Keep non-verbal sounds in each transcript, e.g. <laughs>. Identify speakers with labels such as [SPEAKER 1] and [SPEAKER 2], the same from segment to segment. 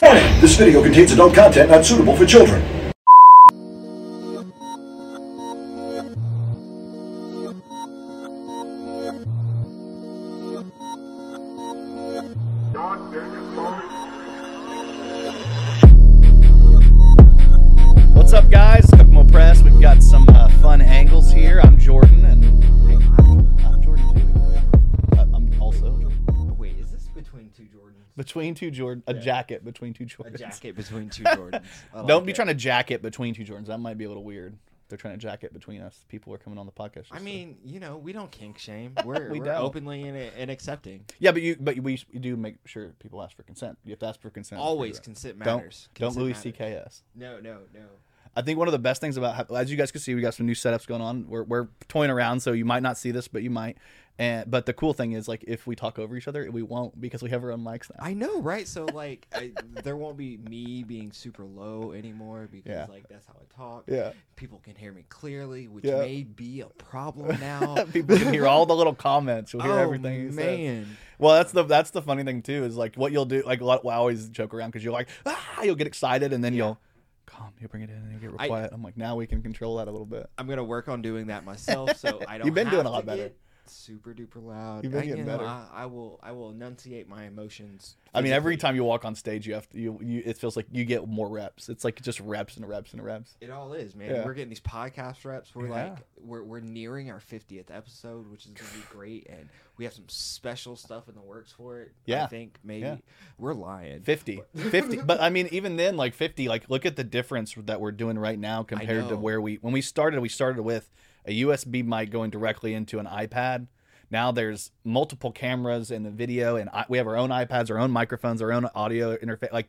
[SPEAKER 1] Warning, this video contains adult content not suitable for children.
[SPEAKER 2] What's up, guys? Kokomo Press. We've got some uh, fun angles here. I'm Jordan, and I'm Jordan too. Uh, I'm also
[SPEAKER 3] Wait, is this between two Jordans?
[SPEAKER 2] between two Jordan, a jacket between two
[SPEAKER 3] A
[SPEAKER 2] Jordans.
[SPEAKER 3] jacket between
[SPEAKER 2] <laughs>
[SPEAKER 3] two Jordans. I
[SPEAKER 2] Don't
[SPEAKER 3] like
[SPEAKER 2] be
[SPEAKER 3] it.
[SPEAKER 2] trying to jacket between two Jordans. That might be a little weird. They're trying to jacket between us. People are coming on the podcast. just
[SPEAKER 3] I
[SPEAKER 2] to-
[SPEAKER 3] mean, you know, we don't
[SPEAKER 2] <laughs>
[SPEAKER 3] kink shame. We're,
[SPEAKER 2] We
[SPEAKER 3] we are
[SPEAKER 2] don't.
[SPEAKER 3] openly and, and accepting.
[SPEAKER 2] yeah, but you, but we, we do make sure people ask for consent. You have to ask for consent. to
[SPEAKER 3] Always
[SPEAKER 2] figure
[SPEAKER 3] consent
[SPEAKER 2] it out.
[SPEAKER 3] matters.
[SPEAKER 2] Don't,
[SPEAKER 3] Consent
[SPEAKER 2] don't Louis
[SPEAKER 3] matters.
[SPEAKER 2] C.K. us.
[SPEAKER 3] No, no, no.
[SPEAKER 2] I think one of the best things about, how- as you guys can see, we got some new setups going on. We're, we're toying around, so you might not see this, but you might. And but the cool thing is, like, if we talk over each other, we won't because we have our own mics now.
[SPEAKER 3] I know, right? So like, I, there won't be me being super low anymore because
[SPEAKER 2] Yeah.
[SPEAKER 3] like that's how I talk.
[SPEAKER 2] Yeah.
[SPEAKER 3] People can hear me clearly, which
[SPEAKER 2] Yeah.
[SPEAKER 3] may be
[SPEAKER 2] <laughs>
[SPEAKER 3] a problem now.
[SPEAKER 2] <laughs> People can hear
[SPEAKER 3] <laughs>
[SPEAKER 2] all the little comments. You'll hear
[SPEAKER 3] oh,
[SPEAKER 2] everything. he says.
[SPEAKER 3] man.
[SPEAKER 2] Well, that's the that's the funny thing too is like what you'll do. Like a lot, I always joke around because you're like, ah, you'll get excited and then you'll calm. You'll bring it in and you get real
[SPEAKER 3] I-
[SPEAKER 2] quiet. I'm like, now we can control that a little bit.
[SPEAKER 3] I'm gonna work on doing that myself,
[SPEAKER 2] <laughs>
[SPEAKER 3] so I don't.
[SPEAKER 2] You've been
[SPEAKER 3] have
[SPEAKER 2] doing a lot
[SPEAKER 3] to
[SPEAKER 2] better.
[SPEAKER 3] get Super duper loud.
[SPEAKER 2] You've been
[SPEAKER 3] I, you
[SPEAKER 2] getting
[SPEAKER 3] know,
[SPEAKER 2] better.
[SPEAKER 3] I, I will. I will enunciate my emotions.
[SPEAKER 2] I mean, every
[SPEAKER 3] physically.
[SPEAKER 2] time you walk on stage, you have to. You, you it feels like you get more reps. It's like just reps and reps and reps.
[SPEAKER 3] It all is, man.
[SPEAKER 2] Yeah.
[SPEAKER 3] We're getting these podcast reps. We're
[SPEAKER 2] Yeah.
[SPEAKER 3] like, we're, we're nearing our 50th episode, which is going to be great. And we have some special stuff in the works for it.
[SPEAKER 2] Yeah.
[SPEAKER 3] I think maybe
[SPEAKER 2] Yeah.
[SPEAKER 3] we're lying.
[SPEAKER 2] 50 50 but i mean even then like 50 like look at the difference that we're doing right now compared to
[SPEAKER 3] know.
[SPEAKER 2] where we when we started we started with a usb mic going directly into an ipad now there's multiple cameras and the video and I, we have our own ipads our own microphones our own audio interface like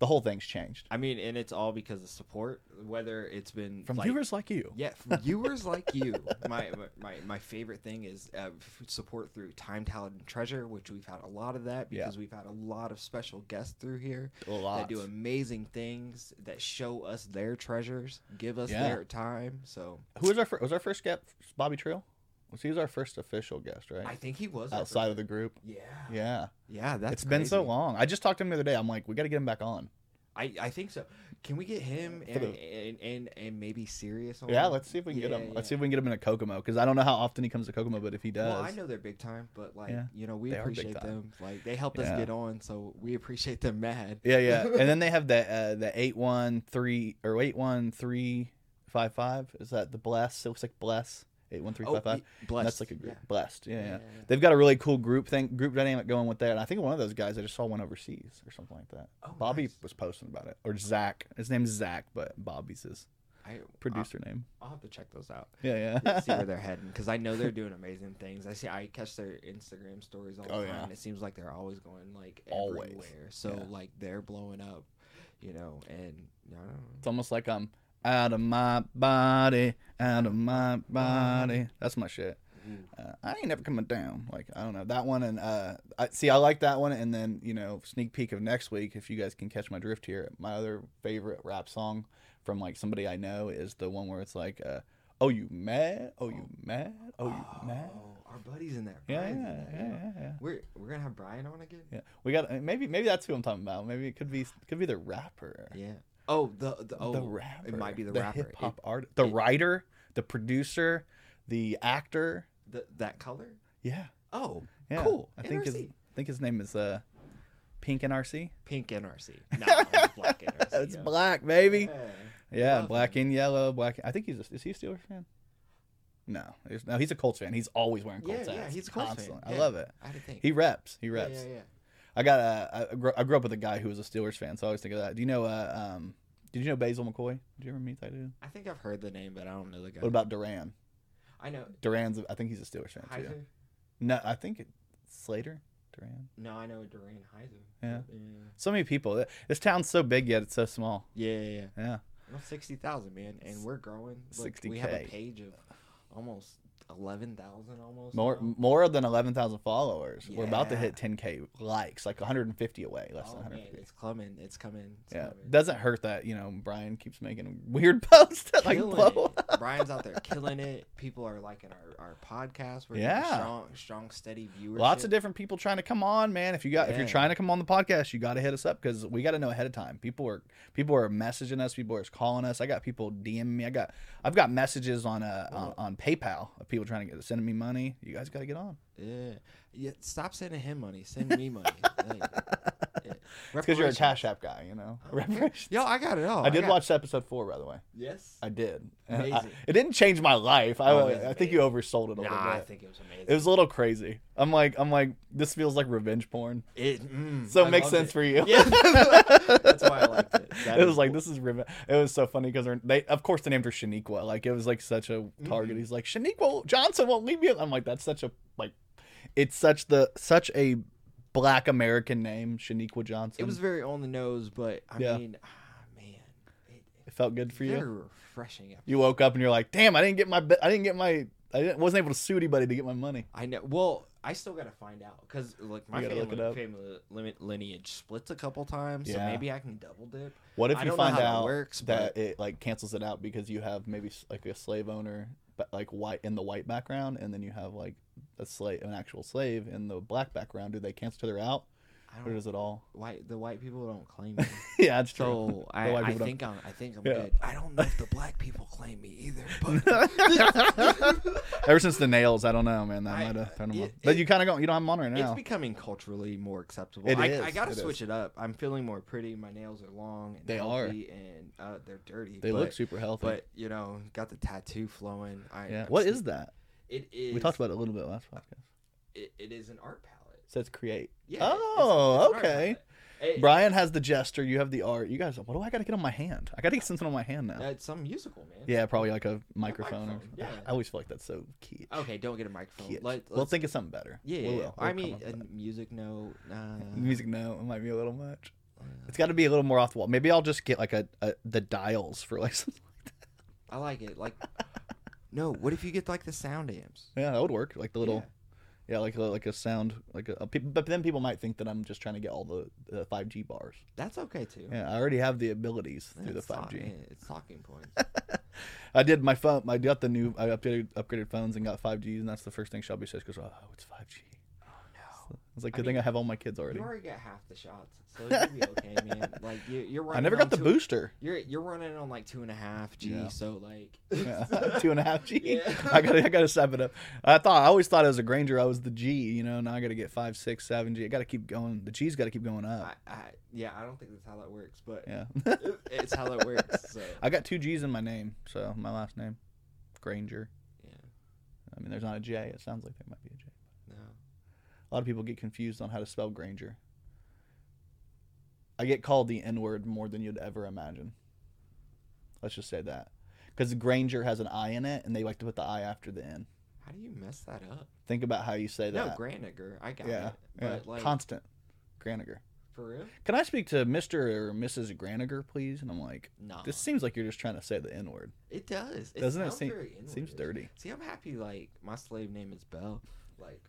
[SPEAKER 2] the whole thing's changed
[SPEAKER 3] I mean, and it's all because of support, whether it's been
[SPEAKER 2] from
[SPEAKER 3] like,
[SPEAKER 2] viewers like you
[SPEAKER 3] Yeah, from viewers like you. My, my my favorite thing is uh, f- support through Time, Talent, and Treasure, which we've had a lot of that
[SPEAKER 2] Yeah.
[SPEAKER 3] because we've had a lot of special guests through here
[SPEAKER 2] a lot
[SPEAKER 3] that do amazing things that show us their treasures, give us
[SPEAKER 2] Yeah.
[SPEAKER 3] their time. So
[SPEAKER 2] who was our first was our first guest bobby trill was he was our first official guest right
[SPEAKER 3] I think he was our
[SPEAKER 2] outside
[SPEAKER 3] first-
[SPEAKER 2] of the group
[SPEAKER 3] Yeah,
[SPEAKER 2] yeah
[SPEAKER 3] yeah. That's
[SPEAKER 2] it's been so
[SPEAKER 3] crazy.
[SPEAKER 2] long i just talked to him the other day i'm like we got to get him back on
[SPEAKER 3] I, I think so. Can we get him
[SPEAKER 2] For
[SPEAKER 3] and
[SPEAKER 2] the-
[SPEAKER 3] and, and and maybe serious? On
[SPEAKER 2] Yeah, let's see if we can
[SPEAKER 3] Yeah,
[SPEAKER 2] get him. Let's see
[SPEAKER 3] yeah.
[SPEAKER 2] if we can get him in a Kokomo because I don't know how often he comes to Kokomo, but if he does,
[SPEAKER 3] Well, I know they're big time, but like
[SPEAKER 2] Yeah,
[SPEAKER 3] you know, we
[SPEAKER 2] they are big
[SPEAKER 3] appreciate
[SPEAKER 2] time.
[SPEAKER 3] them. Like they helped
[SPEAKER 2] Yeah.
[SPEAKER 3] us get on, so we appreciate them mad.
[SPEAKER 2] yeah,
[SPEAKER 3] <laughs>
[SPEAKER 2] yeah. and then they have the uh, the eight one three or eight one three five five. Is that the bless? It looks like bless eight one three
[SPEAKER 3] Oh,
[SPEAKER 2] five five.
[SPEAKER 3] y- blessed.
[SPEAKER 2] That's like a group.
[SPEAKER 3] Yeah.
[SPEAKER 2] Blessed. Yeah, yeah,
[SPEAKER 3] Yeah, yeah, yeah.
[SPEAKER 2] They've got a really cool group thing, group dynamic going with that. And I think one of those guys I just saw went overseas or something like that.
[SPEAKER 3] Oh,
[SPEAKER 2] Bobby
[SPEAKER 3] nice.
[SPEAKER 2] was posting about it, or Zach. His name's Zach, but Bobby's his
[SPEAKER 3] I producer.
[SPEAKER 2] producer name.
[SPEAKER 3] I'll, have to check
[SPEAKER 2] <laughs>
[SPEAKER 3] those out.
[SPEAKER 2] Yeah,
[SPEAKER 3] Yeah,
[SPEAKER 2] yeah.
[SPEAKER 3] see where they're heading because I know they're doing amazing things. I see. I catch their Instagram stories all the
[SPEAKER 2] Oh,
[SPEAKER 3] time.
[SPEAKER 2] yeah.
[SPEAKER 3] and It seems like they're always going like
[SPEAKER 2] Always.
[SPEAKER 3] everywhere. So
[SPEAKER 2] Yeah.
[SPEAKER 3] like they're blowing up, you know. And I don't know.
[SPEAKER 2] It's almost like I'm out of my body, out of my body. That's my shit. Uh, I ain't never coming down. Like I don't know that one, and uh, I see I like that one, and then you know sneak peek of next week if you guys can catch my drift here. My other favorite rap song from like somebody I know is the one where it's like, uh, "Oh you mad? Oh you mad? Oh you mad?"
[SPEAKER 3] Oh, our buddies in there.
[SPEAKER 2] Yeah,
[SPEAKER 3] Brian's in
[SPEAKER 2] yeah,
[SPEAKER 3] there,
[SPEAKER 2] yeah, yeah, yeah.
[SPEAKER 3] We're we're gonna have Brian on again.
[SPEAKER 2] Yeah, we got uh, maybe maybe that's who I'm talking about. Maybe it could be could be the rapper.
[SPEAKER 3] Yeah. Oh, the the oh
[SPEAKER 2] the rapper.
[SPEAKER 3] It might be the, rapper.
[SPEAKER 2] hip hop
[SPEAKER 3] It-
[SPEAKER 2] artist, the
[SPEAKER 3] it-
[SPEAKER 2] writer, the producer, the actor.
[SPEAKER 3] the- that color.
[SPEAKER 2] Yeah,
[SPEAKER 3] Oh,
[SPEAKER 2] yeah.
[SPEAKER 3] cool.
[SPEAKER 2] I think his, I
[SPEAKER 3] NRC.
[SPEAKER 2] think his name is uh, Pink NRC. <laughs>
[SPEAKER 3] pink NRC. No, it's black NRC.
[SPEAKER 2] It's
[SPEAKER 3] yeah.
[SPEAKER 2] black, baby.
[SPEAKER 3] Yeah.
[SPEAKER 2] Yeah,
[SPEAKER 3] Love
[SPEAKER 2] black and yellow. Black. I think he's a, is he a Steelers fan? No, there's- no, he's a Colts fan. He's always wearing
[SPEAKER 3] Yeah,
[SPEAKER 2] Colts
[SPEAKER 3] yeah,
[SPEAKER 2] hats
[SPEAKER 3] he's a Colts fan.
[SPEAKER 2] constantly. I
[SPEAKER 3] Yeah.
[SPEAKER 2] love it.
[SPEAKER 3] I had to think.
[SPEAKER 2] He reps. He
[SPEAKER 3] Yeah,
[SPEAKER 2] reps.
[SPEAKER 3] Yeah, yeah,
[SPEAKER 2] I got a. I grew, I grew up with a guy who was a Steelers fan, so I always think of that. Do you know? Uh, um, did you know Basil McCoy? Did you ever meet that dude?
[SPEAKER 3] I think I've heard the name, but I don't know the guy.
[SPEAKER 2] What about Duran?
[SPEAKER 3] I know.
[SPEAKER 2] Duran's. I think he's a Steelers fan too.
[SPEAKER 3] Heiser?
[SPEAKER 2] No, I think it, Slater, Duran.
[SPEAKER 3] No, I know Duran Heiser.
[SPEAKER 2] Yeah.
[SPEAKER 3] Yeah.
[SPEAKER 2] So many people. This town's so big yet it's so small.
[SPEAKER 3] Yeah, yeah, yeah.
[SPEAKER 2] Yeah.
[SPEAKER 3] Well, 60,000, man. And we're growing. Look, We have a
[SPEAKER 2] 60K.
[SPEAKER 3] page of almost eleven thousand almost.
[SPEAKER 2] More
[SPEAKER 3] now.
[SPEAKER 2] more than eleven thousand followers. We're about to
[SPEAKER 3] Yeah.
[SPEAKER 2] hit ten k likes, like 150 away, less than
[SPEAKER 3] Oh, man,
[SPEAKER 2] 150.
[SPEAKER 3] it's coming. It's coming. It's
[SPEAKER 2] yeah,
[SPEAKER 3] coming.
[SPEAKER 2] doesn't hurt that you know Brian keeps making weird <laughs> posts that like
[SPEAKER 3] Killing
[SPEAKER 2] blow. up.
[SPEAKER 3] it. Brian's out there killing it. People are liking our, our podcast. We're getting
[SPEAKER 2] Yeah.
[SPEAKER 3] strong, strong, steady viewers.
[SPEAKER 2] Lots of different people trying to come on, man. If you got if you're
[SPEAKER 3] Yeah.
[SPEAKER 2] trying to come on the podcast, you got to hit us up because we got to know ahead of time. People are people are messaging us. People are calling us. I got people DMing me. I got I've got messages on uh, on, on PayPal of people trying to get sending me money. You guys got to get on.
[SPEAKER 3] Yeah. yeah. Stop sending him money. Send me
[SPEAKER 2] <laughs>
[SPEAKER 3] money. Like, yeah.
[SPEAKER 2] because you're a
[SPEAKER 3] Reparations.
[SPEAKER 2] Cash App guy, you <laughs> know.
[SPEAKER 3] Okay. Yo, I got it all.
[SPEAKER 2] I did
[SPEAKER 3] got-
[SPEAKER 2] watch episode four, by the way.
[SPEAKER 3] Yes.
[SPEAKER 2] I did. And I-
[SPEAKER 3] Amazing.
[SPEAKER 2] it didn't change my life. I,
[SPEAKER 3] Oh, it was
[SPEAKER 2] I think you oversold it a
[SPEAKER 3] Nah,
[SPEAKER 2] little
[SPEAKER 3] I
[SPEAKER 2] bit.
[SPEAKER 3] think it was amazing.
[SPEAKER 2] it was a little crazy. I'm like, I'm like, this feels like revenge porn.
[SPEAKER 3] It, mm,
[SPEAKER 2] So
[SPEAKER 3] I
[SPEAKER 2] it makes
[SPEAKER 3] loved
[SPEAKER 2] sense
[SPEAKER 3] it.
[SPEAKER 2] for you. <laughs>
[SPEAKER 3] Yeah. That's why I liked it. That
[SPEAKER 2] it
[SPEAKER 3] is
[SPEAKER 2] was like
[SPEAKER 3] cool.
[SPEAKER 2] this is revenge. It was so funny because they, of course, they named her Shaniqua. Like it was like such a
[SPEAKER 3] Mm-hmm.
[SPEAKER 2] target. He's like Shaniqua Johnson won't leave me. al-" I'm like that's such a like, it's such the such a black American name, Shaniqua Johnson.
[SPEAKER 3] It was very on the nose, but I
[SPEAKER 2] Yeah.
[SPEAKER 3] mean, ah, man, it,
[SPEAKER 2] It felt good for
[SPEAKER 3] very
[SPEAKER 2] you.
[SPEAKER 3] refreshing.
[SPEAKER 2] you woke up and you're like, damn, I didn't get my, bi- I didn't get my, I didn't, wasn't able to sue anybody to get my money.
[SPEAKER 3] I know. Well, I still gotta find out because like my
[SPEAKER 2] gotta
[SPEAKER 3] family,
[SPEAKER 2] look it up.
[SPEAKER 3] family limi- lineage splits a couple times, so
[SPEAKER 2] Yeah.
[SPEAKER 3] maybe I can double dip.
[SPEAKER 2] What if
[SPEAKER 3] I
[SPEAKER 2] you
[SPEAKER 3] don't know
[SPEAKER 2] find
[SPEAKER 3] how that
[SPEAKER 2] out
[SPEAKER 3] works,
[SPEAKER 2] that it like cancels it out because you have maybe s- like a slave owner, but like white in the white background, and then you have like a slave, an actual slave in the black background. Do they cancel each other out,
[SPEAKER 3] I
[SPEAKER 2] or
[SPEAKER 3] don't.
[SPEAKER 2] does it
[SPEAKER 3] <laughs>
[SPEAKER 2] all?
[SPEAKER 3] White the white people don't
[SPEAKER 2] <laughs>
[SPEAKER 3] claim me,
[SPEAKER 2] yeah, it's true.
[SPEAKER 3] so I,
[SPEAKER 2] white
[SPEAKER 3] I
[SPEAKER 2] people don't-
[SPEAKER 3] think I'm I think I'm
[SPEAKER 2] Yeah.
[SPEAKER 3] good. I don't know if the black people claim me either,
[SPEAKER 2] <laughs> <laughs>
[SPEAKER 3] but
[SPEAKER 2] Ever since the nails, I don't know, man. That
[SPEAKER 3] I-
[SPEAKER 2] might have thrown them
[SPEAKER 3] it-
[SPEAKER 2] off. But
[SPEAKER 3] it-
[SPEAKER 2] you kind of don't, you don't have them on right
[SPEAKER 3] <laughs> it's
[SPEAKER 2] now.
[SPEAKER 3] becoming culturally more acceptable.
[SPEAKER 2] It
[SPEAKER 3] I,
[SPEAKER 2] is,
[SPEAKER 3] I gotta
[SPEAKER 2] it is.
[SPEAKER 3] switch it up. I'm feeling more pretty. My nails are long. And
[SPEAKER 2] They are.
[SPEAKER 3] healthy and uh, they're dirty.
[SPEAKER 2] they
[SPEAKER 3] but,
[SPEAKER 2] look super healthy.
[SPEAKER 3] But you know, got the tattoo flowing. I,
[SPEAKER 2] yeah,
[SPEAKER 3] I'm
[SPEAKER 2] what
[SPEAKER 3] sne-
[SPEAKER 2] is that?
[SPEAKER 3] It is.
[SPEAKER 2] We talked about it a little bit last podcast.
[SPEAKER 3] It, it is an art palette.
[SPEAKER 2] It says create.
[SPEAKER 3] Yeah.
[SPEAKER 2] Oh, okay.
[SPEAKER 3] It,
[SPEAKER 2] Brian has the gesture. You have the art. You guys, what do I got to get on my hand? I got to get something on my hand now.
[SPEAKER 3] It's some musical man.
[SPEAKER 2] yeah, probably like a microphone. or
[SPEAKER 3] microphone, yeah.
[SPEAKER 2] I always feel like that's so kitsch.
[SPEAKER 3] Okay, don't get a microphone.
[SPEAKER 2] Kitsch.
[SPEAKER 3] Let,
[SPEAKER 2] we'll
[SPEAKER 3] let's-
[SPEAKER 2] think of something better.
[SPEAKER 3] Yeah,
[SPEAKER 2] We
[SPEAKER 3] yeah,
[SPEAKER 2] will.
[SPEAKER 3] yeah.
[SPEAKER 2] We'll
[SPEAKER 3] I
[SPEAKER 2] come
[SPEAKER 3] mean,
[SPEAKER 2] up
[SPEAKER 3] a
[SPEAKER 2] with that.
[SPEAKER 3] music note. Uh, Oh,
[SPEAKER 2] music. No, it might be a little much. It's got to be a little more off the wall. Maybe I'll just get like a, a the dials for like. <laughs> some-
[SPEAKER 3] I like it. Like, no. What if you get like the sound amps?
[SPEAKER 2] yeah, that would work. Like the little. Yeah, like a, like a sound, like a, a peop- but then people might think that I'm just trying to get all the the five G bars.
[SPEAKER 3] That's okay too.
[SPEAKER 2] Yeah, I already have the abilities
[SPEAKER 3] Yeah,
[SPEAKER 2] through the
[SPEAKER 3] it's talk-
[SPEAKER 2] five G.
[SPEAKER 3] yeah, It's talking points.
[SPEAKER 2] I did my phone. I got the new. I updated upgraded phones and got 5G, and that's the first thing Shelby says goes, "Oh, it's 5G."
[SPEAKER 3] Oh, no.
[SPEAKER 2] It's like
[SPEAKER 3] I
[SPEAKER 2] good thing I have all my kids already.
[SPEAKER 3] You already got half the shots, so you'll be okay,
[SPEAKER 2] <laughs>
[SPEAKER 3] man. Like you, you're running.
[SPEAKER 2] I never
[SPEAKER 3] on
[SPEAKER 2] got the
[SPEAKER 3] two- <laughs>
[SPEAKER 2] booster.
[SPEAKER 3] You're you're running on like two and a half G,
[SPEAKER 2] Yeah.
[SPEAKER 3] so like
[SPEAKER 2] <laughs> Yeah, Two and a half G. I
[SPEAKER 3] Yeah.
[SPEAKER 2] gotta, I gotta step it up. I thought I always thought as a Granger I was the G. You know, now I gotta get five, six, seven G. I gotta keep going. The G's gotta keep going up.
[SPEAKER 3] I, I, yeah, I don't think that's how that works, but
[SPEAKER 2] Yeah, <laughs>
[SPEAKER 3] it- <laughs> it's how that works. So
[SPEAKER 2] I got two G's in my name, so my last name, Granger.
[SPEAKER 3] yeah,
[SPEAKER 2] I mean, there's not a J. It sounds like there might be a J.
[SPEAKER 3] no,
[SPEAKER 2] A lot of people get confused on how to spell Granger. I get called the N word more than you'd ever imagine. Let's just say that. Because Granger has an I in it, and they like to put the I after the N.
[SPEAKER 3] how do you mess that up?
[SPEAKER 2] Think about how you say
[SPEAKER 3] No,
[SPEAKER 2] that.
[SPEAKER 3] Graniger, I got
[SPEAKER 2] yeah.
[SPEAKER 3] it,
[SPEAKER 2] yeah.
[SPEAKER 3] but like
[SPEAKER 2] Constant. Graniger.
[SPEAKER 3] for real,
[SPEAKER 2] Can I speak to Mr. or Mrs. Graniger, please? And I'm like,
[SPEAKER 3] no,
[SPEAKER 2] this seems like you're just trying to say the N word.
[SPEAKER 3] it does. It
[SPEAKER 2] Doesn't it
[SPEAKER 3] sounds
[SPEAKER 2] seem-
[SPEAKER 3] very inward.
[SPEAKER 2] Seems dirty.
[SPEAKER 3] See, I'm happy. Like my slave name is Bell.
[SPEAKER 2] <laughs>
[SPEAKER 3] Like,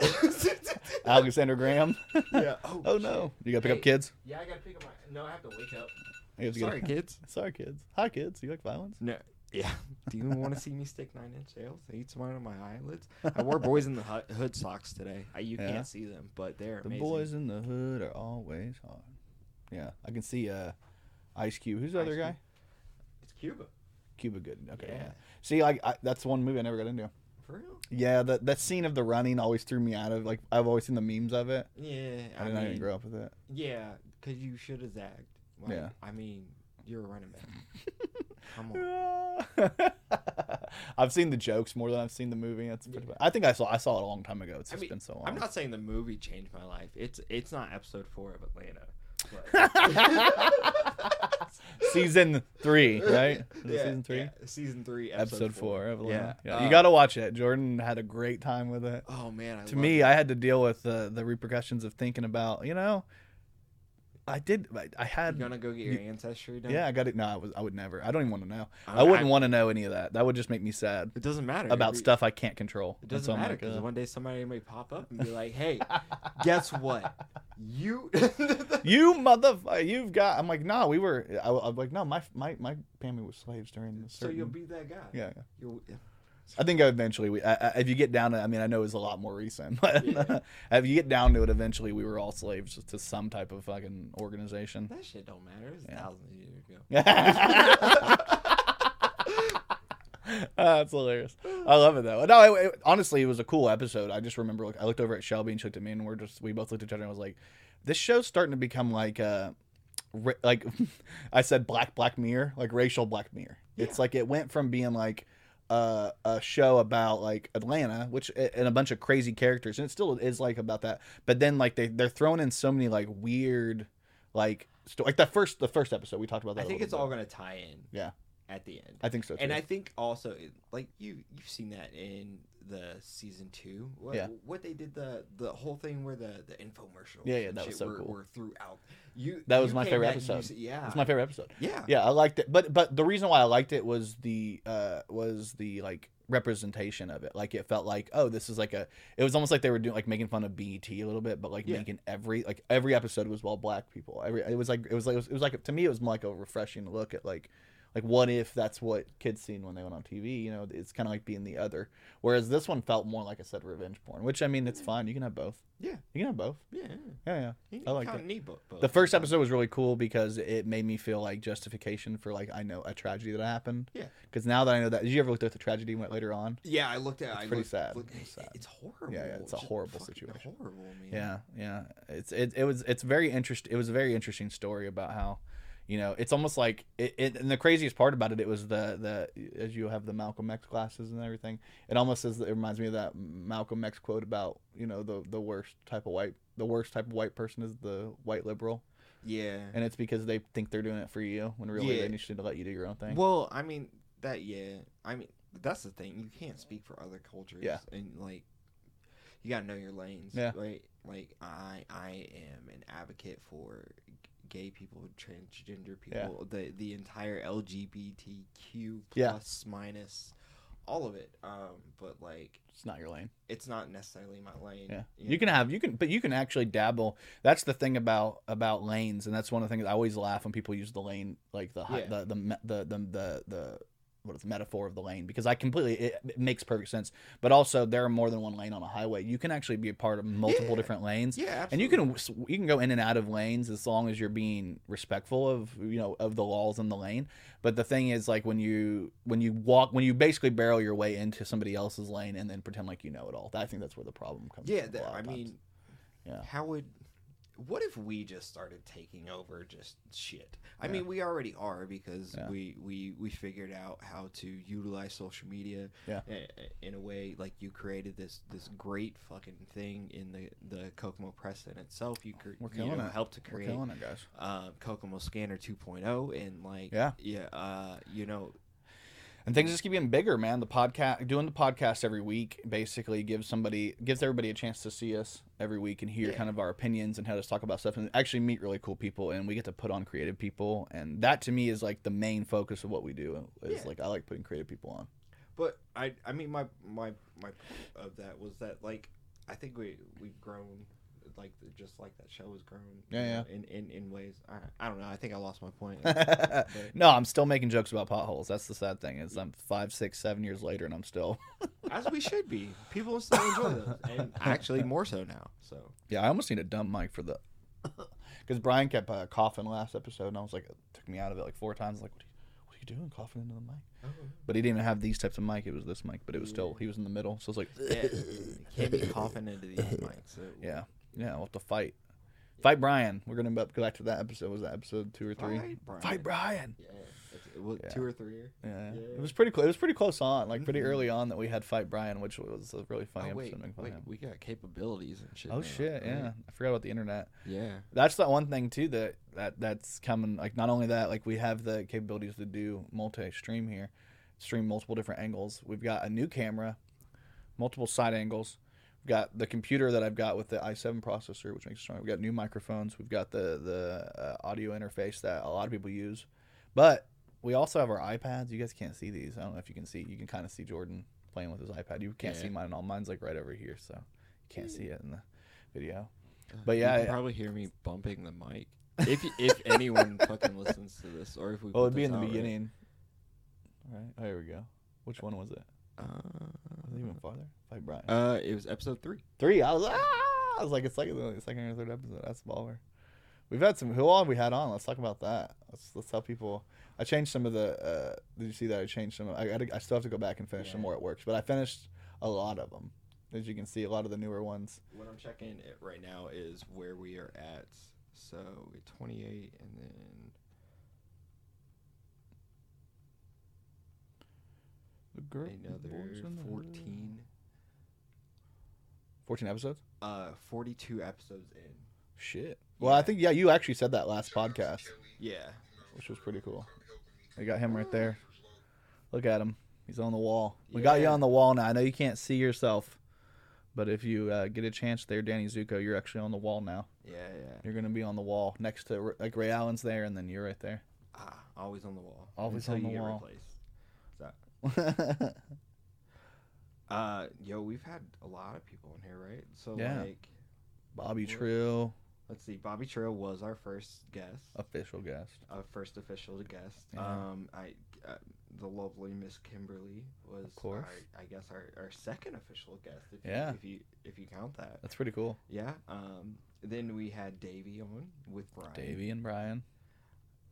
[SPEAKER 3] <laughs>
[SPEAKER 2] Uh, Alexander Graham. <laughs>
[SPEAKER 3] yeah. Oh,
[SPEAKER 2] oh
[SPEAKER 3] shit.
[SPEAKER 2] no. You got to pick
[SPEAKER 3] Hey.
[SPEAKER 2] up kids?
[SPEAKER 3] Yeah, I gotta pick up my. No, I have to wake up.
[SPEAKER 2] You have to get-
[SPEAKER 3] Sorry, kids.
[SPEAKER 2] <laughs> Sorry, kids. Hi, kids. You like violence?
[SPEAKER 3] No. Yeah. Do you want to see me stick nine inch nails? I eat mine on my eyelids. I wore boys in the Hu- hood socks today. I, you
[SPEAKER 2] Yeah.
[SPEAKER 3] can't see them, but they're
[SPEAKER 2] The
[SPEAKER 3] amazing.
[SPEAKER 2] boys in the hood are always hard. Yeah, I can see uh, Ice Cube. Who's the
[SPEAKER 3] Ice
[SPEAKER 2] other guy?
[SPEAKER 3] It's Cuba.
[SPEAKER 2] Cuba Gooding. Okay, yeah.
[SPEAKER 3] Yeah.
[SPEAKER 2] See, like I, that's one movie I never got into.
[SPEAKER 3] For real?
[SPEAKER 2] Yeah, that that scene of the running always threw me out of. Like I've always seen the memes of it.
[SPEAKER 3] Yeah.
[SPEAKER 2] I, didn't even
[SPEAKER 3] mean,
[SPEAKER 2] grow up with it.
[SPEAKER 3] Yeah, because you should have zagged. Like,
[SPEAKER 2] Yeah.
[SPEAKER 3] I mean, you're a running
[SPEAKER 2] <laughs>
[SPEAKER 3] back. Come on.
[SPEAKER 2] I've seen the jokes more than I've seen the movie. That's pretty. bad. I think I saw I saw it a long time ago. It's
[SPEAKER 3] I
[SPEAKER 2] just
[SPEAKER 3] mean,
[SPEAKER 2] been so long.
[SPEAKER 3] I'm not saying the movie changed my life. It's it's not episode four of Atlanta. <laughs> but-
[SPEAKER 2] <laughs> season
[SPEAKER 3] <laughs>
[SPEAKER 2] three, <laughs> right? Is it
[SPEAKER 3] Yeah,
[SPEAKER 2] season three.
[SPEAKER 3] yeah, season three, episode,
[SPEAKER 2] Episode four of Atlanta. Yeah,
[SPEAKER 3] Uh,
[SPEAKER 2] you got to watch it. Jordan had a great time with it.
[SPEAKER 3] Oh man, I
[SPEAKER 2] to
[SPEAKER 3] love
[SPEAKER 2] me, I had to deal with the the repercussions of thinking about, you know, I did. I, I had.
[SPEAKER 3] You're gonna go get your ancestry done.
[SPEAKER 2] yeah, I got it. No, I was. I would never. I don't even want to know.
[SPEAKER 3] I-
[SPEAKER 2] I, wouldn't
[SPEAKER 3] I-
[SPEAKER 2] want to know any of that. That would just make me sad
[SPEAKER 3] It doesn't matter
[SPEAKER 2] about
[SPEAKER 3] Every-
[SPEAKER 2] stuff I can't control.
[SPEAKER 3] It
[SPEAKER 2] And
[SPEAKER 3] doesn't
[SPEAKER 2] so I'm
[SPEAKER 3] matter
[SPEAKER 2] like, uh,
[SPEAKER 3] because
[SPEAKER 2] "Ugh."
[SPEAKER 3] one day somebody may pop
[SPEAKER 2] <laughs>
[SPEAKER 3] up and be like, "Hey, guess what? You."
[SPEAKER 2] you motherfucker, you've got. I'm like, nah, we were. I, I'm like, no, my my my family was slaves during this.
[SPEAKER 3] <laughs> so you'll be that guy.
[SPEAKER 2] Yeah, yeah.
[SPEAKER 3] You'll- yeah.
[SPEAKER 2] I think eventually we. I, I, if you get down to, I mean, I know it's a lot more recent, <laughs> but if you get down to it, eventually we were all slaves to some type of fucking organization.
[SPEAKER 3] That shit don't matter. It's
[SPEAKER 2] Yeah.
[SPEAKER 3] thousands of years ago.
[SPEAKER 2] <laughs> That's hilarious. I love it though. No, it, it- honestly, it was a cool episode. I just remember, like, I looked over at Shelby and she looked at me, and we're just we both looked at each other and I was like, "This show's starting to become like, uh, ra- like <laughs> I said, black Black Mirror, like racial Black Mirror. It's like it went from being like." Uh, a show about like Atlanta, which and a bunch of crazy characters, and it still is like about that. But then like they they're throwing in so many like weird, like sto- like that first the first episode we talked about. That
[SPEAKER 3] I
[SPEAKER 2] a
[SPEAKER 3] think
[SPEAKER 2] little
[SPEAKER 3] it's
[SPEAKER 2] bit.
[SPEAKER 3] all gonna tie in.
[SPEAKER 2] Yeah.
[SPEAKER 3] At the end.
[SPEAKER 2] I think so. Too.
[SPEAKER 3] and I think also it- like you you've seen that in the season two. What,
[SPEAKER 2] Yeah.
[SPEAKER 3] What they did the the whole thing where the the infomercials.
[SPEAKER 2] Yeah, yeah,
[SPEAKER 3] and
[SPEAKER 2] that was
[SPEAKER 3] shit
[SPEAKER 2] so
[SPEAKER 3] were,
[SPEAKER 2] cool.
[SPEAKER 3] were throughout. You
[SPEAKER 2] That was
[SPEAKER 3] you
[SPEAKER 2] my
[SPEAKER 3] came
[SPEAKER 2] favorite
[SPEAKER 3] back and you
[SPEAKER 2] episode.
[SPEAKER 3] s- yeah.
[SPEAKER 2] it's my favorite episode.
[SPEAKER 3] yeah.
[SPEAKER 2] Yeah, I liked it, but but the reason why I liked it was the uh was the like representation of it. Like it felt like oh this is like a it was almost like they were doing like making fun of BET a little bit, but like
[SPEAKER 3] Yeah.
[SPEAKER 2] making every like every episode was all black people. Every it was like it was like it was, it was like to me it was more like a refreshing look at like like what if that's what kids seen when they went on TV? You know, it's kind of like being the other. Whereas this one felt more like I said revenge porn, which I mean it's fine. You can have both.
[SPEAKER 3] Yeah.
[SPEAKER 2] You can have both.
[SPEAKER 3] Yeah. yeah.
[SPEAKER 2] Yeah, yeah.
[SPEAKER 3] You
[SPEAKER 2] I like
[SPEAKER 3] kinda
[SPEAKER 2] that.
[SPEAKER 3] need both- both
[SPEAKER 2] The first
[SPEAKER 3] sometimes.
[SPEAKER 2] episode was really cool because it made me feel like justification for like I know a tragedy that happened.
[SPEAKER 3] Yeah.
[SPEAKER 2] Because now that I know that, did you ever look at the tragedy went later on?
[SPEAKER 3] Yeah, I looked at. It's I
[SPEAKER 2] pretty
[SPEAKER 3] looked-
[SPEAKER 2] sad.
[SPEAKER 3] looked-
[SPEAKER 2] It's sad.
[SPEAKER 3] It's horrible.
[SPEAKER 2] it's a
[SPEAKER 3] just
[SPEAKER 2] horrible
[SPEAKER 3] fucking
[SPEAKER 2] situation.
[SPEAKER 3] Horrible, man.
[SPEAKER 2] Yeah, yeah. It's it, it was it's very interesting. It was a very interesting story about how, you know, it's almost like it, it. And the craziest part about it, it was the the as you have the Malcolm X glasses and everything. It almost is. It reminds me of that Malcolm X quote about you know the the worst type of white the worst type of white person is the white liberal,
[SPEAKER 3] Yeah.
[SPEAKER 2] and it's because they think they're doing it for you when really
[SPEAKER 3] Yeah.
[SPEAKER 2] they need to let you do your own thing.
[SPEAKER 3] Well, I mean that. Yeah, I mean that's the thing. You can't speak for other cultures.
[SPEAKER 2] Yeah.
[SPEAKER 3] and like you gotta know your lanes.
[SPEAKER 2] Yeah.
[SPEAKER 3] right. Like I, I am an advocate for g- gay people, transgender people, the the entire LGBTQ
[SPEAKER 2] Yeah.
[SPEAKER 3] plus minus, all of it. Um, but like
[SPEAKER 2] it's not your lane.
[SPEAKER 3] it's not necessarily my lane.
[SPEAKER 2] Yeah. You can
[SPEAKER 3] know?
[SPEAKER 2] have you can but you can actually dabble. That's the thing about about lanes and that's one of the things I always laugh when people use the lane like the hi-
[SPEAKER 3] Yeah.
[SPEAKER 2] the, the me- the the the the what is the metaphor of the lane because I completely it, it makes perfect sense. But also there are more than one lane on a highway. You can actually be a part of multiple
[SPEAKER 3] Yeah.
[SPEAKER 2] different lanes.
[SPEAKER 3] Yeah,
[SPEAKER 2] And you
[SPEAKER 3] absolutely.
[SPEAKER 2] can you can go in and out of lanes as long as you're being respectful of you know of the laws in the lane. But the thing is, like when you when you walk when you basically barrel your way into somebody else's lane and then pretend like you know it all. I think that's where the problem comes.
[SPEAKER 3] Yeah,
[SPEAKER 2] from a
[SPEAKER 3] that,
[SPEAKER 2] lot
[SPEAKER 3] I
[SPEAKER 2] of times.
[SPEAKER 3] mean,
[SPEAKER 2] Yeah.
[SPEAKER 3] how would? What if we just started taking over just shit? I
[SPEAKER 2] Yeah.
[SPEAKER 3] mean, we already are because
[SPEAKER 2] Yeah.
[SPEAKER 3] we we we figured out how to utilize social media.
[SPEAKER 2] Yeah.
[SPEAKER 3] i- i- In a way, like you created this this great fucking thing in the the Kokomo press in itself. You, cre-
[SPEAKER 2] We're
[SPEAKER 3] you
[SPEAKER 2] killing
[SPEAKER 3] know,
[SPEAKER 2] it.
[SPEAKER 3] helped to
[SPEAKER 2] we're
[SPEAKER 3] create
[SPEAKER 2] killing it, guys.
[SPEAKER 3] uh, Kokomo Scanner 2.0, and like
[SPEAKER 2] Yeah.
[SPEAKER 3] yeah, uh, you know,
[SPEAKER 2] And things just keep getting bigger, man. The podcast, doing the podcast every week, basically gives somebody gives everybody a chance to see us every week and hear
[SPEAKER 3] Yeah.
[SPEAKER 2] kind of our opinions and how to talk about stuff and actually meet really cool people. And we get to put on creative people, and that to me is like the main focus of what we do. Is
[SPEAKER 3] Yeah.
[SPEAKER 2] like I like putting creative people on.
[SPEAKER 3] But I, I mean, my my my point of that was that like I think we we've grown like the- just like that show has grown. you
[SPEAKER 2] Yeah,
[SPEAKER 3] know, In in in ways, I, I don't know. I think I lost my
[SPEAKER 2] <laughs>
[SPEAKER 3] point.
[SPEAKER 2] no, I'm still making jokes about potholes. That's the sad thing. Is I'm five, six, seven years later, and I'm still. <laughs>
[SPEAKER 3] As we should be. People still enjoy those, and actually more so now. So
[SPEAKER 2] Yeah, I almost need a dump mic for the. <laughs> Because Brian kept uh, coughing last episode, and I was like, it took me out of it like four times. Like, what are you, what are you doing, coughing into the mic?
[SPEAKER 3] Oh.
[SPEAKER 2] But he didn't even have these types of mic. It was this mic, but it was still he was in the middle, so it's like, eh.
[SPEAKER 3] yeah, can't be coughing into the mics. So.
[SPEAKER 2] yeah, yeah, we'll have to fight, fight Brian. We're gonna go back to that episode. Was that episode two or three?
[SPEAKER 3] Fight Brian.
[SPEAKER 2] Fight Brian.
[SPEAKER 3] Yeah, it's- it was
[SPEAKER 2] Yeah.
[SPEAKER 3] two or three.
[SPEAKER 2] Yeah.
[SPEAKER 3] Yeah. Mm-hmm.
[SPEAKER 2] it was pretty close. It was pretty close on, like pretty early on that we had fight Brian, which was a really funny
[SPEAKER 3] Oh, wait,
[SPEAKER 2] episode. making fun of
[SPEAKER 3] wait,
[SPEAKER 2] him.
[SPEAKER 3] we got capabilities and shit.
[SPEAKER 2] Oh
[SPEAKER 3] now,
[SPEAKER 2] shit,
[SPEAKER 3] right?
[SPEAKER 2] yeah, I forgot about the internet.
[SPEAKER 3] yeah.
[SPEAKER 2] that's the one thing too that that that's coming like not only that like we have the capabilities to do multi-stream here stream multiple different angles we've got a new camera multiple side angles We've got the computer that I've got with the i7 processor, which makes it stronger. We've got new microphones. We've got the the uh, audio interface that a lot of people use, but we also have our iPads. You guys can't see these. I don't know if you can see. You can kind of see Jordan playing with his iPad. You can't
[SPEAKER 3] Yeah.
[SPEAKER 2] see mine at all. Mine's like right over here, so you can't see it in the video.
[SPEAKER 3] Uh,
[SPEAKER 2] But
[SPEAKER 3] you
[SPEAKER 2] yeah,
[SPEAKER 3] can
[SPEAKER 2] I-
[SPEAKER 3] probably hear me bumping the mic. If if
[SPEAKER 2] <laughs>
[SPEAKER 3] anyone fucking listens to this, or if we
[SPEAKER 2] Well,
[SPEAKER 3] put
[SPEAKER 2] it'd be
[SPEAKER 3] this
[SPEAKER 2] in the
[SPEAKER 3] out, right?
[SPEAKER 2] beginning. All right. Oh, here we go. Which one was it? Was it even farther? Like Brian.
[SPEAKER 3] Uh, uh, it was episode three.
[SPEAKER 2] Three. I was, ah! I was like, it's like the second or third episode. That's baller. We've had some. Who all have we had on? Let's talk about that. Let's let's tell people. I changed some of the. Uh, did you see that? I changed some. Of, I gotta, I still have to go back and finish some
[SPEAKER 3] Yeah.
[SPEAKER 2] more at work, but I finished a lot of them. As you can see, a lot of the newer ones.
[SPEAKER 3] What I'm checking it right now is where we are at. So we're 28, and then
[SPEAKER 2] The girl, boys
[SPEAKER 3] another
[SPEAKER 2] in the hood.
[SPEAKER 3] 14.
[SPEAKER 2] Fourteen episodes.
[SPEAKER 3] Uh, 42 episodes in.
[SPEAKER 2] Shit. Well, I
[SPEAKER 3] Yeah.
[SPEAKER 2] think yeah, you actually said that last podcast.
[SPEAKER 3] Yeah.
[SPEAKER 2] which was pretty cool. We got him right there. Look at him. He's on the wall. We got you
[SPEAKER 3] Yeah.
[SPEAKER 2] on the wall now. I know you can't see yourself, but if you uh, get a chance there, Danny Zuko, you're actually on the wall now.
[SPEAKER 3] Yeah, yeah.
[SPEAKER 2] You're going to be on the wall next to, like, Ray Allen's there, and then you're right
[SPEAKER 3] <laughs>
[SPEAKER 2] there.
[SPEAKER 3] Ah, always on the wall.
[SPEAKER 2] Always
[SPEAKER 3] until
[SPEAKER 2] on
[SPEAKER 3] you
[SPEAKER 2] the wall.
[SPEAKER 3] get Replaced. So, uh, yo, we've had a lot of people in here, right? So
[SPEAKER 2] Yeah.
[SPEAKER 3] like,
[SPEAKER 2] Bobby
[SPEAKER 3] What?
[SPEAKER 2] Trill,
[SPEAKER 3] let's see. Bobby Trail was our first guest.
[SPEAKER 2] official guest.
[SPEAKER 3] uh, first official guest.
[SPEAKER 2] Yeah.
[SPEAKER 3] Um, I uh, the lovely Miss Kimberly was,
[SPEAKER 2] course.
[SPEAKER 3] Our, I guess, our, our second official guest. If
[SPEAKER 2] Yeah.
[SPEAKER 3] You, if you if you count that,
[SPEAKER 2] That's pretty cool.
[SPEAKER 3] yeah. Um, then we had Davey on with Brian.
[SPEAKER 2] Davey and Brian.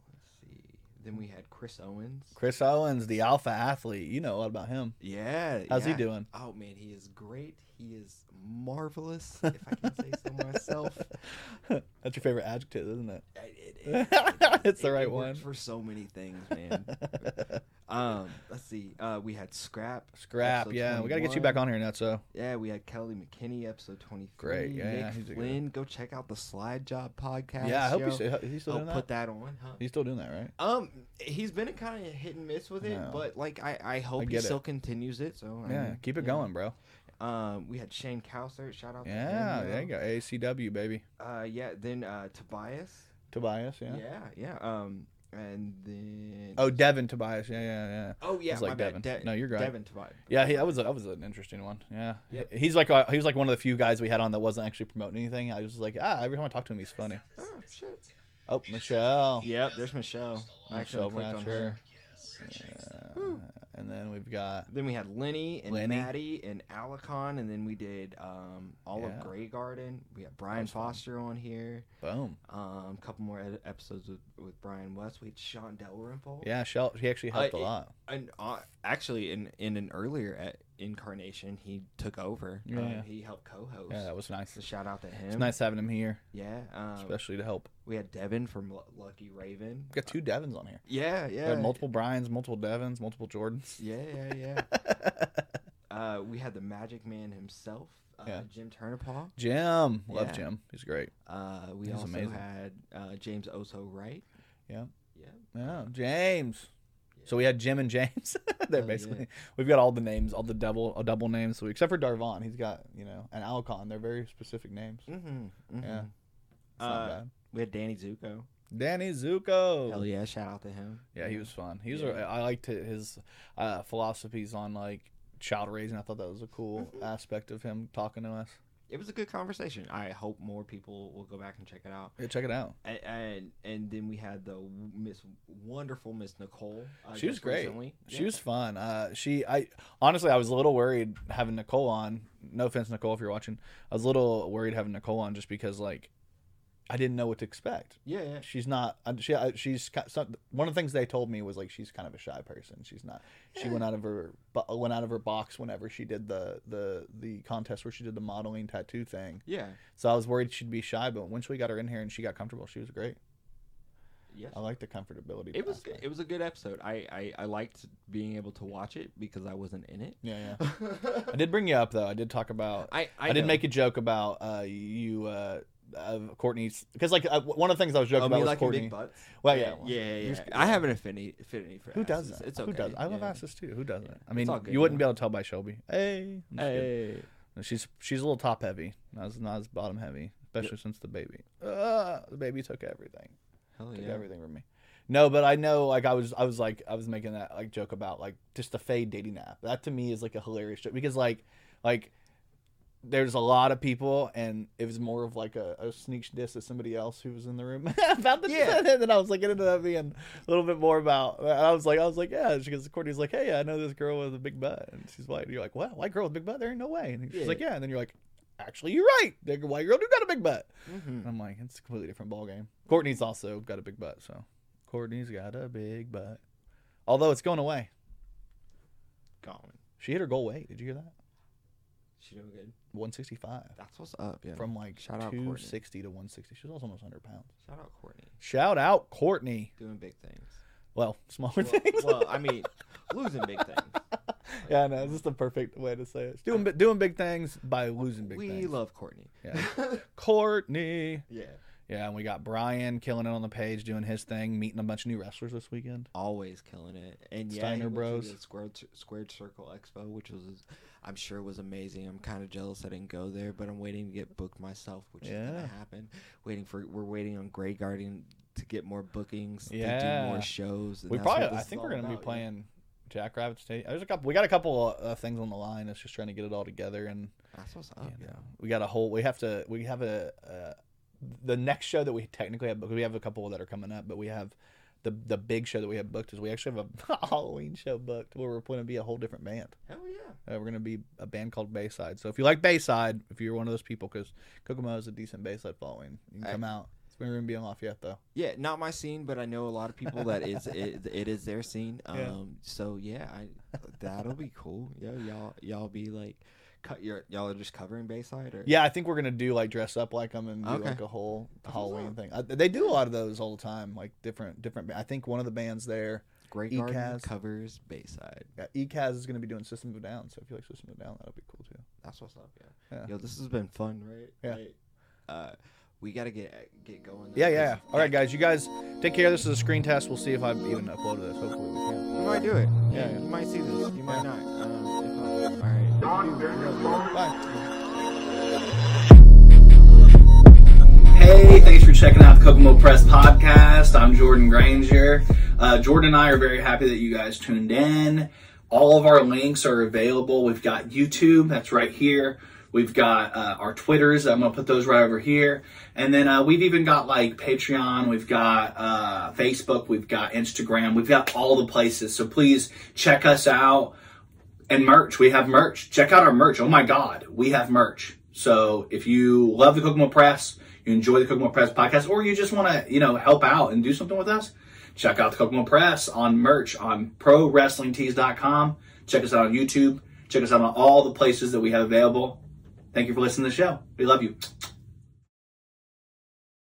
[SPEAKER 3] Let's see. Then we had Chris Owens.
[SPEAKER 2] Chris Owens, the alpha athlete. You know a lot about him.
[SPEAKER 3] Yeah.
[SPEAKER 2] How's
[SPEAKER 3] yeah.
[SPEAKER 2] he doing?
[SPEAKER 3] Oh man, he is great. He is marvelous. if I can say
[SPEAKER 2] <laughs>
[SPEAKER 3] so myself.
[SPEAKER 2] That's your favorite adjective, isn't it?
[SPEAKER 3] I- It,
[SPEAKER 2] <laughs> It's the right
[SPEAKER 3] it works
[SPEAKER 2] one.
[SPEAKER 3] for so many things,
[SPEAKER 2] <laughs>
[SPEAKER 3] man. um, let's see. Uh, we had Scrap.
[SPEAKER 2] Scrap,
[SPEAKER 3] Episode
[SPEAKER 2] yeah. We got to get you
[SPEAKER 3] 21.
[SPEAKER 2] back on here, Nutso.
[SPEAKER 3] Yeah, we had Kelly McKinney, episode 23.
[SPEAKER 2] Great, yeah, yeah,
[SPEAKER 3] Nick
[SPEAKER 2] he's a good
[SPEAKER 3] Flynn, go check out the Slide Job podcast.
[SPEAKER 2] Yeah, I hope
[SPEAKER 3] yo.
[SPEAKER 2] he's still, he's still
[SPEAKER 3] I'll
[SPEAKER 2] doing that.
[SPEAKER 3] put that on. Huh?
[SPEAKER 2] He's still doing that, right?
[SPEAKER 3] Um, he's been kind of hit and miss with it,
[SPEAKER 2] Yeah.
[SPEAKER 3] but like I, I hope he
[SPEAKER 2] get it.
[SPEAKER 3] still continues it. So I
[SPEAKER 2] Yeah,
[SPEAKER 3] mean,
[SPEAKER 2] keep it going, bro.
[SPEAKER 3] Um, we had Shane Cowsert, shout out.
[SPEAKER 2] Yeah,
[SPEAKER 3] to him,
[SPEAKER 2] there you
[SPEAKER 3] yo.
[SPEAKER 2] go. ACW baby,
[SPEAKER 3] Uh, yeah, then uh, Tobias.
[SPEAKER 2] Tobias. Yeah.
[SPEAKER 3] Yeah. yeah, Um, and then
[SPEAKER 2] Oh, Devin Tobias. Yeah, yeah, yeah.
[SPEAKER 3] oh yeah,
[SPEAKER 2] it's
[SPEAKER 3] my
[SPEAKER 2] like
[SPEAKER 3] bad.
[SPEAKER 2] Devin.
[SPEAKER 3] De-
[SPEAKER 2] No, you're right.
[SPEAKER 3] Devin Tobias.
[SPEAKER 2] Yeah, he, that was a, that was an interesting one. Yeah,
[SPEAKER 3] Yep.
[SPEAKER 2] he's like a, he was like one of the few guys we had on that wasn't actually promoting anything. I was just like, ah, every time I talk to him, he's funny.
[SPEAKER 3] Oh shit.
[SPEAKER 2] <laughs> Oh, Michelle.
[SPEAKER 3] Yep, there's Michelle. I actually
[SPEAKER 2] Michelle
[SPEAKER 3] clicked on
[SPEAKER 2] Blanchard.
[SPEAKER 3] her.
[SPEAKER 2] Uh, and then we've got
[SPEAKER 3] Then we had Lenny and
[SPEAKER 2] Lenny.
[SPEAKER 3] Maddie and Alicon, and then we did um, all
[SPEAKER 2] Yeah.
[SPEAKER 3] of Grey Garden. We had Brian
[SPEAKER 2] was fun.
[SPEAKER 3] Foster on here.
[SPEAKER 2] boom.
[SPEAKER 3] A couple more ed- episodes with, with Brian West. We had Sean Dalrymple.
[SPEAKER 2] Yeah, Shell. He actually helped
[SPEAKER 3] Uh,
[SPEAKER 2] a
[SPEAKER 3] it-
[SPEAKER 2] lot.
[SPEAKER 3] And uh, actually, in in an earlier e- incarnation, he took over.
[SPEAKER 2] Yeah,
[SPEAKER 3] Um,
[SPEAKER 2] yeah.
[SPEAKER 3] he helped co-host.
[SPEAKER 2] Yeah, that was nice.
[SPEAKER 3] so shout out to him.
[SPEAKER 2] It's nice having him here,
[SPEAKER 3] Yeah. Um,
[SPEAKER 2] especially to help.
[SPEAKER 3] we had Devin from Lu Lucky Raven.
[SPEAKER 2] We've got two Devins on here.
[SPEAKER 3] Yeah,
[SPEAKER 2] We
[SPEAKER 3] yeah.
[SPEAKER 2] had multiple Bryans, multiple Devins, multiple
[SPEAKER 3] <laughs>
[SPEAKER 2] Jordans.
[SPEAKER 3] Yeah, yeah,
[SPEAKER 2] <laughs>
[SPEAKER 3] yeah. uh, we had the Magic Man himself, uh,
[SPEAKER 2] Yeah.
[SPEAKER 3] Jim Turnipaw.
[SPEAKER 2] Jim, love
[SPEAKER 3] Yeah.
[SPEAKER 2] Jim. He's great.
[SPEAKER 3] Uh, we
[SPEAKER 2] He's
[SPEAKER 3] also
[SPEAKER 2] amazing.
[SPEAKER 3] had uh, James Oso Wright.
[SPEAKER 2] Yeah.
[SPEAKER 3] Yeah.
[SPEAKER 2] Yeah, James. So we had Jim and
[SPEAKER 3] <laughs>
[SPEAKER 2] James. <laughs> They're
[SPEAKER 3] yeah.
[SPEAKER 2] basically we've got all the names, all the double uh, double names. So except for Darvon, he's got you know and Alcon. They're very specific names. It's
[SPEAKER 3] Mm-hmm,
[SPEAKER 2] Yeah.
[SPEAKER 3] Uh,
[SPEAKER 2] not bad.
[SPEAKER 3] We had Danny Zuko.
[SPEAKER 2] Danny Zuko.
[SPEAKER 3] Hell yeah! Shout out to him.
[SPEAKER 2] Yeah, he was fun. He was.
[SPEAKER 3] Yeah.
[SPEAKER 2] I liked hi- his uh, philosophies on like child raising. I thought that was a cool
[SPEAKER 3] Mm-hmm.
[SPEAKER 2] aspect of him talking to us.
[SPEAKER 3] It was a good conversation. I hope more people will go back and check it out.
[SPEAKER 2] Yeah, check it out.
[SPEAKER 3] And and, and then we had the w- Miss Wonderful Miss Nicole. Uh,
[SPEAKER 2] She was
[SPEAKER 3] just
[SPEAKER 2] great.
[SPEAKER 3] recently.
[SPEAKER 2] She
[SPEAKER 3] Yeah.
[SPEAKER 2] was fun. Uh, she, I honestly, I was a little worried having Nicole on. No offense, Nicole, if you're watching, I was a little worried having Nicole on just because like I didn't know what to expect.
[SPEAKER 3] Yeah, yeah.
[SPEAKER 2] She's not. I- She, I- she's ki- some- one of the things they told me was like she's kind of a shy person. She's not. She went out of her bo- went out of her box whenever she did the the the contest where she did the modeling tattoo thing.
[SPEAKER 3] Yeah.
[SPEAKER 2] So I was worried she'd be shy, but once we got her in here and she got comfortable, she was great.
[SPEAKER 3] Yes.
[SPEAKER 2] I like the comfortability.
[SPEAKER 3] It was
[SPEAKER 2] aspect.
[SPEAKER 3] it was a good episode. I, I I liked being able to watch it because I wasn't in <laughs> it.
[SPEAKER 2] Yeah, yeah. I did bring you up though. I did talk about.
[SPEAKER 3] I
[SPEAKER 2] I, did
[SPEAKER 3] know.
[SPEAKER 2] make a joke about uh, you, uh, uh, Courtney's, because like uh, one of the things I was joking
[SPEAKER 3] Oh,
[SPEAKER 2] about
[SPEAKER 3] me
[SPEAKER 2] was
[SPEAKER 3] liking
[SPEAKER 2] Courtney.
[SPEAKER 3] big butts.
[SPEAKER 2] Well, Oh, yeah, well,
[SPEAKER 3] yeah, yeah.
[SPEAKER 2] you're
[SPEAKER 3] yeah.
[SPEAKER 2] sc-
[SPEAKER 3] I have an affinity, affinity for
[SPEAKER 2] Who
[SPEAKER 3] asses.
[SPEAKER 2] doesn't?
[SPEAKER 3] It's
[SPEAKER 2] Who
[SPEAKER 3] okay.
[SPEAKER 2] does? I love
[SPEAKER 3] yeah.
[SPEAKER 2] asses too. Who doesn't?
[SPEAKER 3] Yeah.
[SPEAKER 2] I mean,
[SPEAKER 3] all good,
[SPEAKER 2] you wouldn't
[SPEAKER 3] yeah.
[SPEAKER 2] be able to tell by Shelby. Hey, I'm just kidding.
[SPEAKER 3] Hey,
[SPEAKER 2] And She's she's a little top heavy, not as not as bottom heavy, especially since the baby. Uh, the baby took everything,
[SPEAKER 3] Hell
[SPEAKER 2] took
[SPEAKER 3] yeah.
[SPEAKER 2] everything from me. No, but I know, like I was, I was like, I was making that like joke about like just the fade dating app. That to me is like a hilarious joke because like, like there's a lot of people, and it was more of like a, a sneak diss at somebody else who was in the room <laughs> about the
[SPEAKER 3] Yeah.
[SPEAKER 2] <laughs> and then I was like, it ended up being a little bit more about. And I was like, I was like, yeah, because Courtney's like, hey, I know this girl with a big butt, and she's white. And you're like, what? White girl with a big butt? There ain't no way. And she's
[SPEAKER 3] Yeah.
[SPEAKER 2] like, yeah. And then you're like, actually, you're right. That white girl do got a big butt.
[SPEAKER 3] Mhm.
[SPEAKER 2] And I'm like, it's a completely different ball game. Courtney's also got a big butt, so Courtney's got a big butt. Although it's going away.
[SPEAKER 3] Gone.
[SPEAKER 2] She hit her goal weight. Did you hear that?
[SPEAKER 3] She doing good.
[SPEAKER 2] 165
[SPEAKER 3] That's what's up. Yeah.
[SPEAKER 2] from like
[SPEAKER 3] Shout out Courtney.
[SPEAKER 2] 260 to 160. She was almost 100 pounds.
[SPEAKER 3] Shout out Courtney.
[SPEAKER 2] Shout out Courtney.
[SPEAKER 3] Doing big
[SPEAKER 2] <laughs>
[SPEAKER 3] things.
[SPEAKER 2] Well, smaller
[SPEAKER 3] Well,
[SPEAKER 2] things.
[SPEAKER 3] well, I mean, losing big things.
[SPEAKER 2] <laughs> yeah, no, this is the perfect way to say it. It's doing bi- doing big things by losing big
[SPEAKER 3] we
[SPEAKER 2] things.
[SPEAKER 3] love
[SPEAKER 2] <laughs>
[SPEAKER 3] Courtney.
[SPEAKER 2] Yeah. Courtney.
[SPEAKER 3] yeah.
[SPEAKER 2] Yeah, and we got Brian killing it on the page, doing his thing, meeting a bunch of new wrestlers this weekend.
[SPEAKER 3] Always killing it. And yeah,
[SPEAKER 2] Steiner
[SPEAKER 3] he went to
[SPEAKER 2] Bros.
[SPEAKER 3] the Squared, Cir- Squared Circle Expo, which was, I'm sure, was amazing. I'm kind of jealous I didn't go there, but I'm waiting to get booked myself, which is
[SPEAKER 2] Yeah.
[SPEAKER 3] gonna happen. Waiting for we're waiting on Grey Guardian to get more bookings, to do
[SPEAKER 2] Yeah.
[SPEAKER 3] more shows. and
[SPEAKER 2] We
[SPEAKER 3] that's what
[SPEAKER 2] probably.
[SPEAKER 3] this
[SPEAKER 2] I
[SPEAKER 3] is
[SPEAKER 2] think
[SPEAKER 3] all
[SPEAKER 2] we're going to be
[SPEAKER 3] about, yeah.
[SPEAKER 2] playing Jackrabbit Stadium. There's a couple. We got a couple uh, things on the line. It's just trying to get it all together, and
[SPEAKER 3] That's what's
[SPEAKER 2] you
[SPEAKER 3] up. Yeah.
[SPEAKER 2] know, we got a whole. We have to. We have a. Uh, the next show that we technically have, because we have a couple that are coming up, but we have the the big show that we have booked is we actually have a <laughs> Halloween show booked where we're going to be a whole different band.
[SPEAKER 3] Hell yeah.
[SPEAKER 2] Uh, we're going to be a band called Bayside. So if you like Bayside, if you're one of those people, because Kokomo has a decent Bayside following, you can
[SPEAKER 3] Hey.
[SPEAKER 2] come out. We're going to be in Lafayette though.
[SPEAKER 3] Yeah, not my scene, but I know a lot of people that is
[SPEAKER 2] <laughs>
[SPEAKER 3] it, it is their scene. Um,
[SPEAKER 2] Yeah.
[SPEAKER 3] so yeah, I that'll be cool. Yeah, y'all y'all be like, cut your y'all are just covering Bayside or
[SPEAKER 2] Yeah, I think we're gonna do like dress up like them and do
[SPEAKER 3] Okay.
[SPEAKER 2] like a whole
[SPEAKER 3] what's
[SPEAKER 2] Halloween
[SPEAKER 3] up.
[SPEAKER 2] thing. Uh, they do a lot of those all the time, like different different. ba- I think one of the bands there,
[SPEAKER 3] Great Garden
[SPEAKER 2] Ecaz.
[SPEAKER 3] covers Bayside.
[SPEAKER 2] yeah, E Ecaz is gonna be doing System of a Down. So if you like System of a Down, that'll be cool too.
[SPEAKER 3] That's what's up. Yeah.
[SPEAKER 2] Yeah.
[SPEAKER 3] Yo, this has been fun, right?
[SPEAKER 2] Yeah.
[SPEAKER 3] Like, uh, we gotta get get going.
[SPEAKER 2] Yeah, yeah. yeah. All right, guys, you guys take care. This is a screen test. We'll see if I even uploaded this. Hopefully, we can.
[SPEAKER 3] You might do it.
[SPEAKER 2] Yeah,
[SPEAKER 3] Yeah,
[SPEAKER 2] yeah.
[SPEAKER 3] you might see this. You might not. Um, all right.
[SPEAKER 2] Bye.
[SPEAKER 4] Hey, thanks for checking out the Kokomo Press podcast. I'm Jordan Granger. Uh, Jordan and I are very happy that you guys tuned in. All of our links are available. We've got YouTube, that's right here. We've got uh, our Twitters. I'm going to put those right over here. And then uh, we've even got like Patreon. We've got uh, Facebook. We've got Instagram. We've got all the places. So please check us out and merch. We have merch. Check out our merch. Oh my God, we have merch. So if you love the Kokomo Press, you enjoy the Kokomo Press podcast, or you just want to, you know, help out and do something with us, check out the Kokomo Press on merch on prowrestlingtees.com. Check us out on YouTube. Check us out on all the places that we have available. Thank you for listening to the show. We love you.